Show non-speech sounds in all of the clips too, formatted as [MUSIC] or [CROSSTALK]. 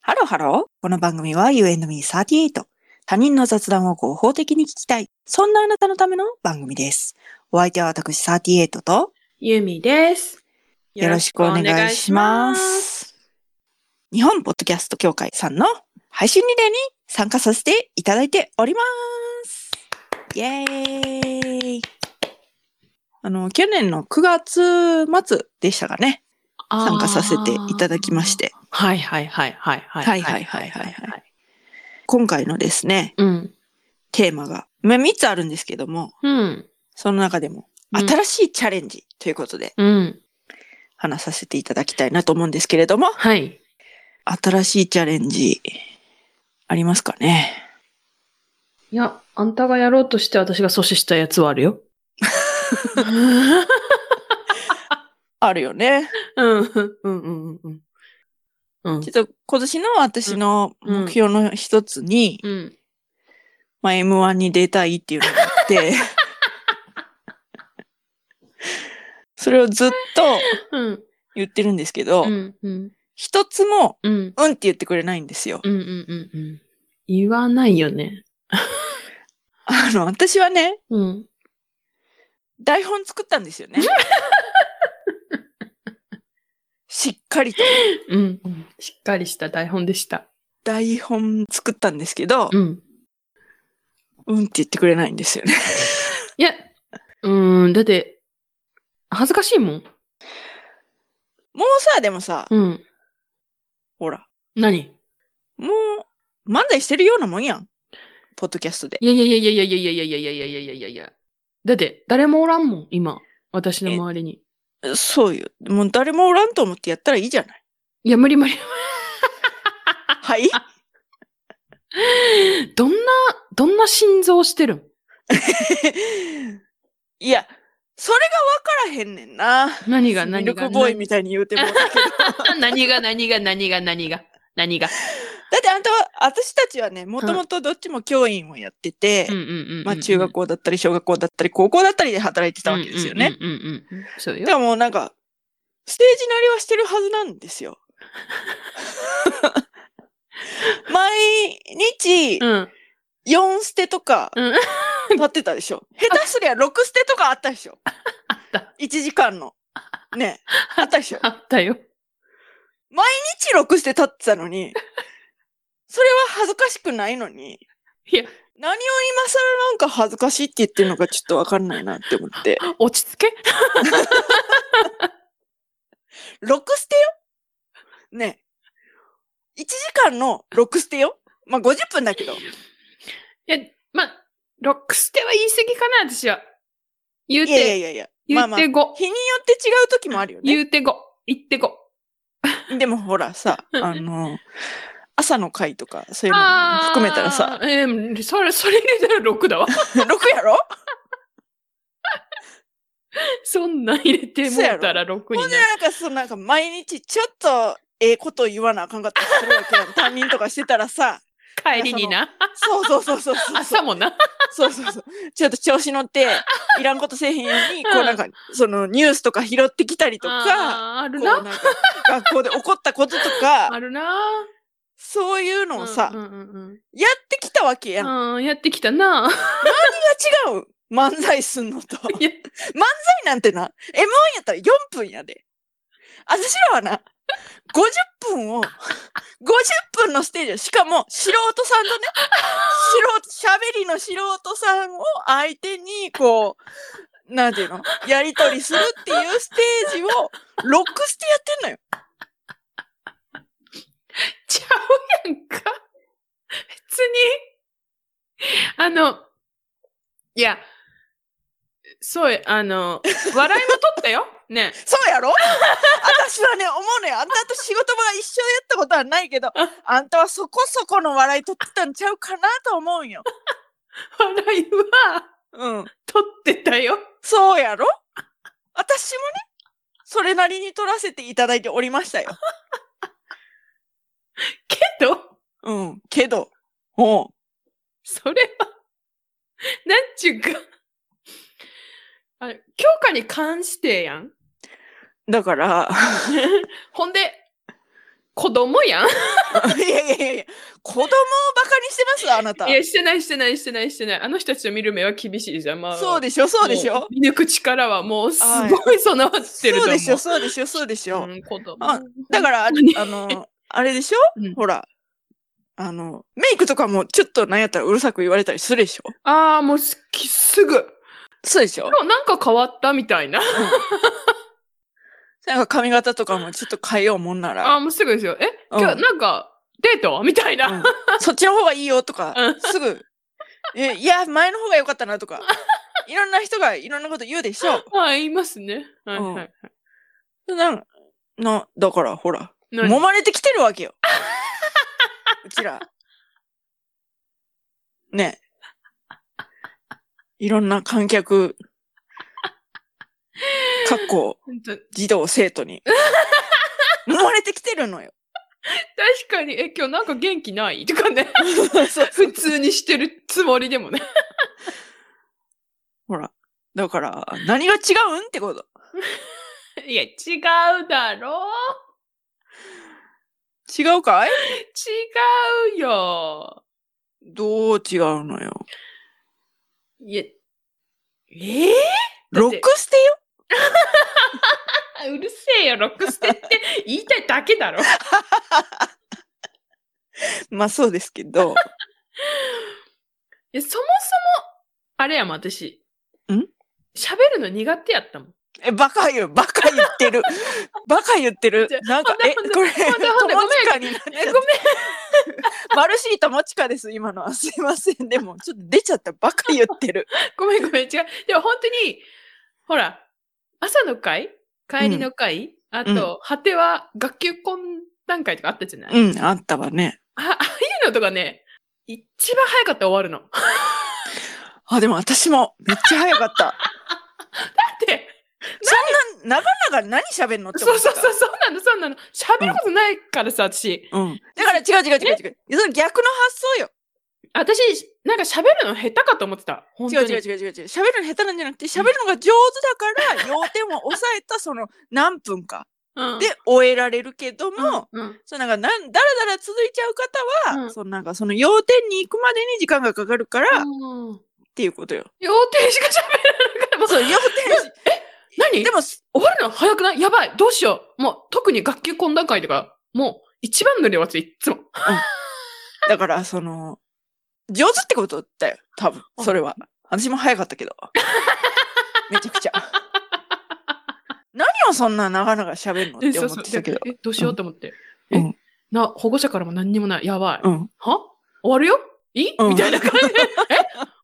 ハローハロー。この番組は You and me38。他人の雑談を合法的に聞きたい。そんなあなたのための番組です。お相手は私38とゆみです。よろしくお願いします。日本ポッドキャスト協会さんの配信リレーに参加させていただいております。イエーイ。あの、去年の9月末でしたかね。参加させていただきまし。て。はいはいはいはいはい。はいはいはいはいはい。今回のですね、うん。テーマが、まあ、3つあるんですけども、うん。その中でも、うん新しいチャレンジということでうん。話させていただきたいなと思うんですけれども、はい。新しいチャレンジ、ありますかねいや、あんたがやろうとして私が阻止したやつはあるよ。あるよね。うん。うんうんうんうん。ちょっと今年の私の目標の一つに、うん。まあ、M1 に出たいっていうのがあって、それをずっとうん。言ってるんですけどう、ん。うん。一、つも、うん。うんって言ってくれないんですよ。うんうんうん。言わないよね。あの、私はね、うん。台本作ったんです [LAUGHS] よね。しっかりとうん。しっかりした台本でした。台本作ったんですけど、うん。うんって言ってくれないんですよね。いや、うーん、だって、恥ずかしいもん。もうさ、でもさ、うん。ほら、何もう漫才してるようなもんやん。ポッドキャストで。いやいやいやいやいやいやいやいやいやいやいやいやいや。だって、誰もおらんもん、今。私の周りに。そうよ。もう誰もおらんと思ってやったらいいじゃない。いや、無理無理。はいどんな、どんな心臓して [LAUGHS] るん [LAUGHS] いや、それがわからへんねんな。何が何ミがルクボーイみたいに言うてもらっ [LAUGHS] たけど。何が何が何が何が何が。だってあんたは、私たちはね、もともとどっちも教員をやってて、うんうんうんうんうん。まあ中学校だったり小学校だったり高校だったりで働いてたわけですよね。うんうんうんうん。そうでよ。ももうなんか、ステージなりはしてるはずなんです [LAUGHS] よ。毎日うん。 4捨てとかうん立ってたでしょ。下手すりゃ6捨てとかあったでしょ。あった。 1時間の。ね。あったでしょ。あったよ。 1、6捨て立ってたのに、それは恥ずかしくないのに、いや、何を今更なんか恥ずかしいって言ってるのかちょっとわかんないなって思って。落ち着け。 6捨てよねえ。1時間の6捨てよまあ、50分だけど。いや、まあ、ロックステは言い過ぎかな、私は。言ういやいやて、いやいや。言まあまうあ、日てによご、って違う時もあるよね。言うてご、言ってご。でもほらさ、あの、朝の会とか、そういうのも含めたらさ、あー。えーそれ、それ入れたら6だわ。 [LAUGHS] 6やろそんなん入れてもうたら6にほなんるで。なんかそのなんか毎日ちょっとええこと言わなあかんかったりするわ [LAUGHS] けやん。担任とかしてたらさ、帰りにな。そうそうそうそうそうそう。朝もな。そうそうそう。ちょっと調子乗って、いらんことせえへんように、こうなんか、そのニュースとか拾ってきたりとか、あーあるこうなな。んか学校で起こったこととか [LAUGHS] あるな。そういうのをさ、うんうんうんやってきたわけやん。うん。うん、やってきたな。 [LAUGHS] 違う漫才すんのと。漫いや才なんてな M1 やったら4分やで。私らはな50分を50分のステージをしかも素人さんとね素人喋りの素人さんを相手にこうなんていうのやりとりするっていうステージをロックしてやってんのよ。ちゃうやんか。別に。あの、いや、そうや、あの、笑いも取ったよ。 [LAUGHS] ね。そうやろ私はね、思うのよ。あんたと仕事場が一緒やったことはないけど、あんたはそこそこの笑い取ってたんちゃうかなと思うんよ。笑いはうん。取ってたよ。そうやろ私もね、それなりに取らせていただいておりましたよ。けど、うん。けど、おう [LAUGHS] それは、なんちゅうか、あれ、教科に関してやん。 [LAUGHS] だから、ほんで、子供やん。いやいやいやいや、子供をバカにしてますあなたい。や、してない、してない、してない、してない。あの人たちを見る目は厳しいじゃん。まあ、そうでしょ、そうでしもょ。う見抜く力はもうすごい備わってると思う。そうでしょ、そうでしょ、そうでしょ。うん、子供。あだから、あ何あの、あれでしょ、うんほら、あの、メイクとかもちょっとなんやったらうるさく言われたりするでしょああ、もうすきすぐ。そうでしょあなんか変わったみたいな。なんか髪型とかもちょっと変えようもんなあら、あ、もうすぐですよ。え、うん今日なんかデートみたいな。うんそっちの方がいいよとかうん、すぐ、えいや、前の方が良かったなと [LAUGHS] か、いろんな人がいろんなこと言うでしょああ、言いますね。はいはいはい。なんな、だからほら、何揉まれてきてるわけよ。 [LAUGHS] うちら。ねいろんな観客、かっこ本当確児童生徒 [LAUGHS] に。揉まれてきてるのよ。かに、え、今日なんか元気ないとかね。 [LAUGHS] そう普通にしてるつもりでもね。ほら。だから、何が違うんってこと。いや、違うだろう。違うかい違うよ。どう違うのよ。いや、ええだロっッてクステよあうるせえよ、ロックス [LAUGHS] テって言いたいだけだろ。まあそうですけど。いや、そもそも、あれやもん、私。ん喋るの苦手やったもん。え、バカ言う、バカ言ってる。バカ言ってるじゃ。なんかほん、でえ、ほんでこれ、ほんでほんで友近になっえちゃごっめん。た。マルシー友近です、今のは。 [LAUGHS] すいません。でも、ちょっと出ちゃった。バカ言ってる。ごめんごめん違う。でも本当に、ほら、朝の会帰りの会、あと、うん果ては学級懇談会とかあったじゃない、あうん、あったわね。ああいうのとかね、一番早かったら終わるの。 [LAUGHS] だあ、でも私も、めっちゃ早かった。 [LAUGHS] って、そんな、長々何喋んのってそ思うっそたう。そう、そうなの、そうなの。喋ることないからさ、私。うん。だから違う違う違う違う。いやその逆の発想よ。私、なんか喋るの下手かと思ってた。本違当うに。違う違う違う違う。喋るの下手なんじゃなくて、喋るのが上手だから、要点を抑えたその何分かうん、で終えられるけども、うん、うんそうなんかなんだらだら続いちゃう方は、うんそのなんかその要点に行くまでに時間がかかるから、っうん。ていうことよ。要点しか喋らなかった。そう要 [LAUGHS] 何点でも終わるの早くないやばいどうしようもう、特に学級懇談会とか、もう、一番乗りはついっつも。 [LAUGHS] だからその上手ってことだよ多分あそれは。私も早かったけど [LAUGHS] めちゃくちゃ。何をそんな長々喋るのっえて思ってたけど。え、どうしようと思って。うんえ、うんな、保護者からも何にもない。やばい。うん、は終わるよいい、うんみたいな感じで。え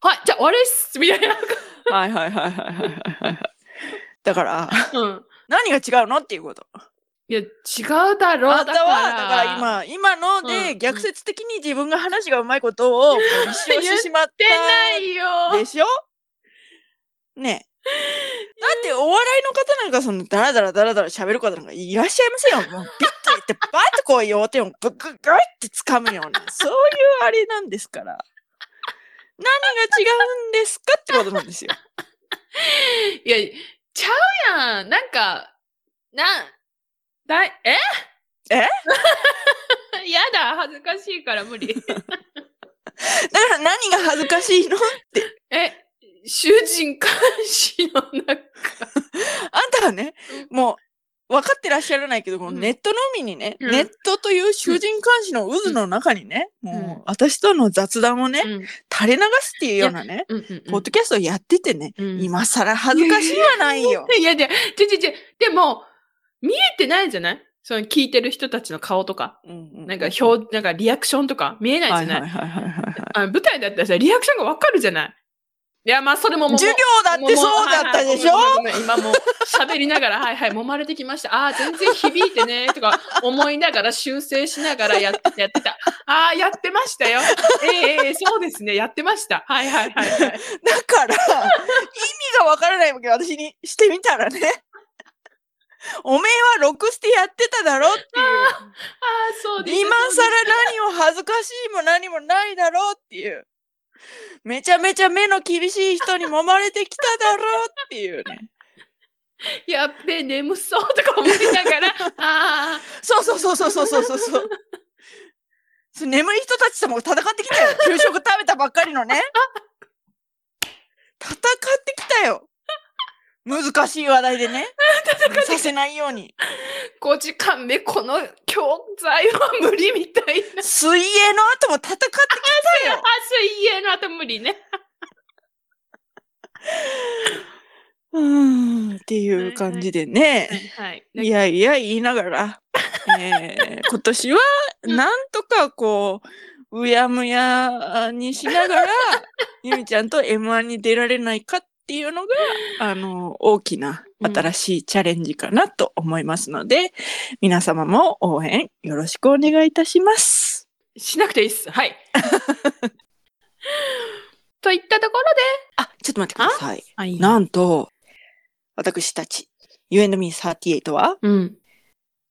はい、じゃあ終わりっすみたいな。はいはいはいはいはいはいはい。だからうん。何が違うのっていうこと。いや、違うだろう。あなたはだからっ今今のうでん逆説的に自分が話がうまいことをこう立証してしまったてないよでしょねえ。だってお笑いの方なんかそのダラダラダラダラ喋る方なんかいらっしゃいませんよ。もうビッと言ってバーッとこう要点をグッグッグッって掴むような、そういうあれなんですから。何が違うんですかってことなんですよ。いや、ちゃうやん。なんか、なん、だい、ええ [LAUGHS] やだ、恥ずかしいから無理。 [LAUGHS] だから何が恥ずかしいのえ、囚人監視の中。あんたはね、もう、分かってらっしゃらないけど、このうんネットのみにね、うんネットという囚人監視の渦の中にね、んもう、私との雑談をね、うん垂れ流すっていうようなね、うんうんポッドキャストをやっててね、うん今更恥ずかしいはない [LAUGHS] よ。いやいや、ちょちょちょ、でも、見えてないじゃないその聞いてる人たちの顔とか、なんか表表、なんかリアクションとか見えないじゃない,、はいはいはいはいはいはい。あの舞台だったらさ、リアクションがわかるじゃないいや、まあ、それももう授業だってそうだったでしょもうはいはいごめんごめん今もう喋りながら、はいはい、揉まれてきました。ああー、全然響いてね、とか思いながら修正しながらやっやってた。ああ、やってましたよ。ええええそうですね、やってました。はいはいはい、はい。だから、意味がわからないわけよ私にしてみたらね。おめえはロクステやってただろっていう。ああ、そうですね今更何を恥ずかしいも何もないだろうっていう。めちゃめちゃ目の厳しい人に揉まれてきただろうっていうね。やっべ、眠そうとか思いながら、あそうそうそうそうそうそうそうそう。そう眠い人たちとも戦ってきたよ。給食食べたばっかりのね。戦ってきたよ。難しい話題でね。させないように。あ、5時間目、この教材は無理みたいな。水泳の後も戦ってきたあよ。、水泳の後無理ね。うーん、っていう感じでね。はい。いやいや言いなが [LAUGHS] ら、えー今年はうんなんとかこう、うやむやにしながら、ゆみちゃんと M1 に出られないかっていうのが、あの、大きなうん新しいチャレンジかなと思いますので、皆様も応援よろしくお願いいたします。しなくていいっす。はい。 [LAUGHS] といったところで、あ、ちょっと待ってください。あ、いいな。なんと、私たち、U&Me38 は、うん。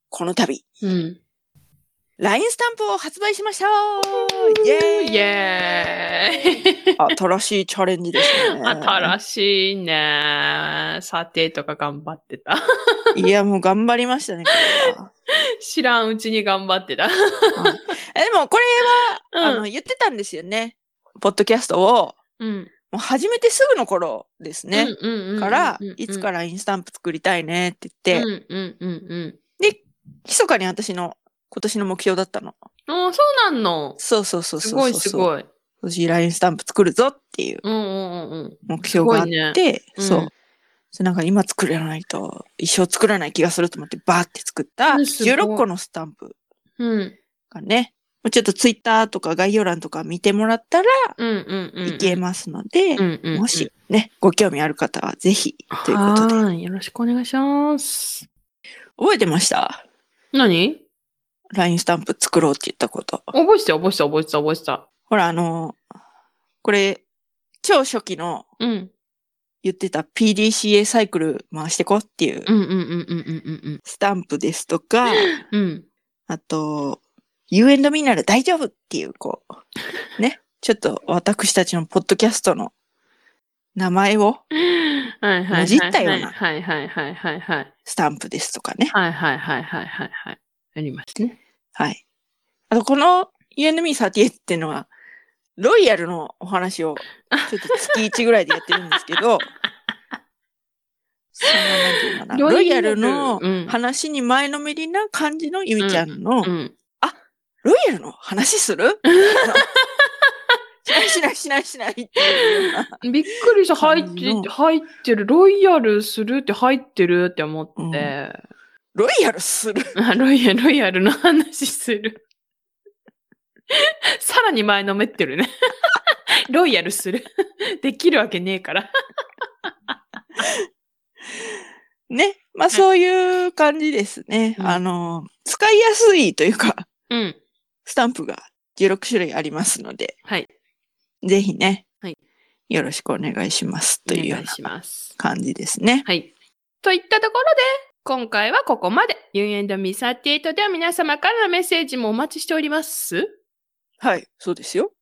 この度、うん。 LINE スタンプを発売しましたイエーイイエーイ。新しいチャレンジですね。新しいね。査定とか頑張ってた。 [LAUGHS] い。や、もう頑張りましたね、これは。知らんうちに頑張ってた。えでも、これは、あうの、ん。言ってたんですよね。ポッドキャストを、うん。もう始めてすぐの頃ですね。うんうんうんうんうん。から、いつからインスタンプ作りたいねって言って、うんうんうん密かに私の今年の目標だったの。うん。ああ、そうなんの。そうそうそうそうそう。すごいすい。ごい。今年 LINE スタンプ作るぞっていううんうんうんうん。目標があっすて、うんそう。そうなんか今作らないと一生作らない気がすると思ってバーって作ったうんすごい16個のスタンプうん。がね、もうちょっとツイッターとか概要欄とか見てもらったらうんうんうん。いけますので、うんうんうん。もしね、ご興味ある方はぜひということで。はい。よろしくお願いします。覚えてました何 ?LINE スタンプ作ろうって言ったこと。覚えてた、覚えてた、覚えてた、覚えてた。ほら、あの、これ、超初期のうん。言ってた PDCA サイクル回してこっていううんうんうんうんうんスタンプですとか、うんうん。あと、You and me なら大丈夫っていう、こう、ね、ちょっと私たちのポッドキャストの名前をうん。はいはいはいはい。もじったようなはいはいはいはいはい。スタンプですとかね。はいはいはいはいはいはい。ありましたね。はい。あと、この UNME38 っていうのは、ロイヤルのお話を、ちょっと月1ぐらいでやってるんですけ [LAUGHS] ど、そんな、なんていうのかな、ロイヤルのうん。話に前のめりな感じのゆみちゃんのう、ん。ロイヤルの話するしないしないしないしないっていうような。びっくりした。入っあのて、入ってる。ロイヤルするって入ってるって思って。ロイヤルするあロイヤル、ロイヤルの話する。さらに前のめってるね。ロイヤルする。できるわけねえから。ね。まあそういう感じですね。うんあの、使いやすいというか、うん。スタンプが16種類ありますので、はい。ぜひね、はいよろしくお願いしますというおよ願ういしなます。感じですね。はい。といったところで、今回はここまで。You&Me38 では皆様からのメッセージもお待ちしております。はい、そうですよ。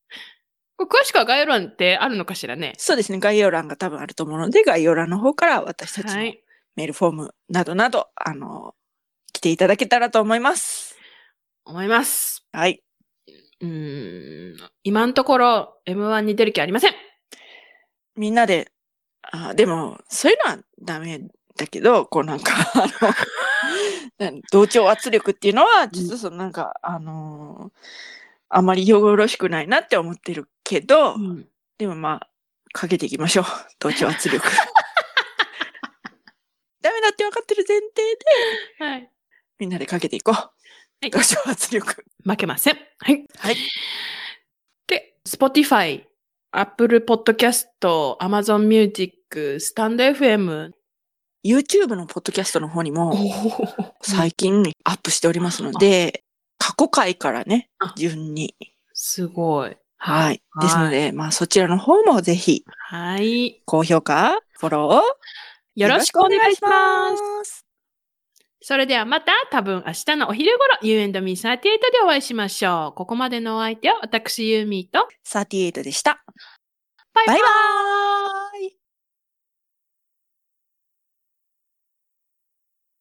これ詳しくは概要欄ってあるのかしらね。そうですね。概要欄が多分あると思うので、概要欄の方から私たちのはメい。ールフォームなどなど、あの、来ていただけたらと思います。思います。はい。うーん。今のところ M1 に出る気ありません。みんなで、あでも、そういうのはダメだけど、こうなんか、あ [LAUGHS] の、なん同調圧力っていうのは、ちょっとそのなんか、あのーあまりよろしくないなって思ってるけど、うんでもまあ、かけていきましょう。 [LAUGHS] 同調圧 [LAUGHS] 力。ダメだって分かってる前提で、はい。みんなでかけていこう。い同調圧力。負けません。はい。はい。で、Spotify、Apple Podcast、Amazon Music、StandFM。 YouTube のポッドキャストの方にも、最最近アップしておりますので、過去回からねあ、順に。すごい。はい。はいですので、まあそちらの方もぜひ、はい。高評価、フォローをよろしくお願いします。す。それではまた、多分明日のお昼頃、You and Me38 でお会いしましょう。ここまでのお相手は私、ユーミーと、 38でした。バイババイイバーイ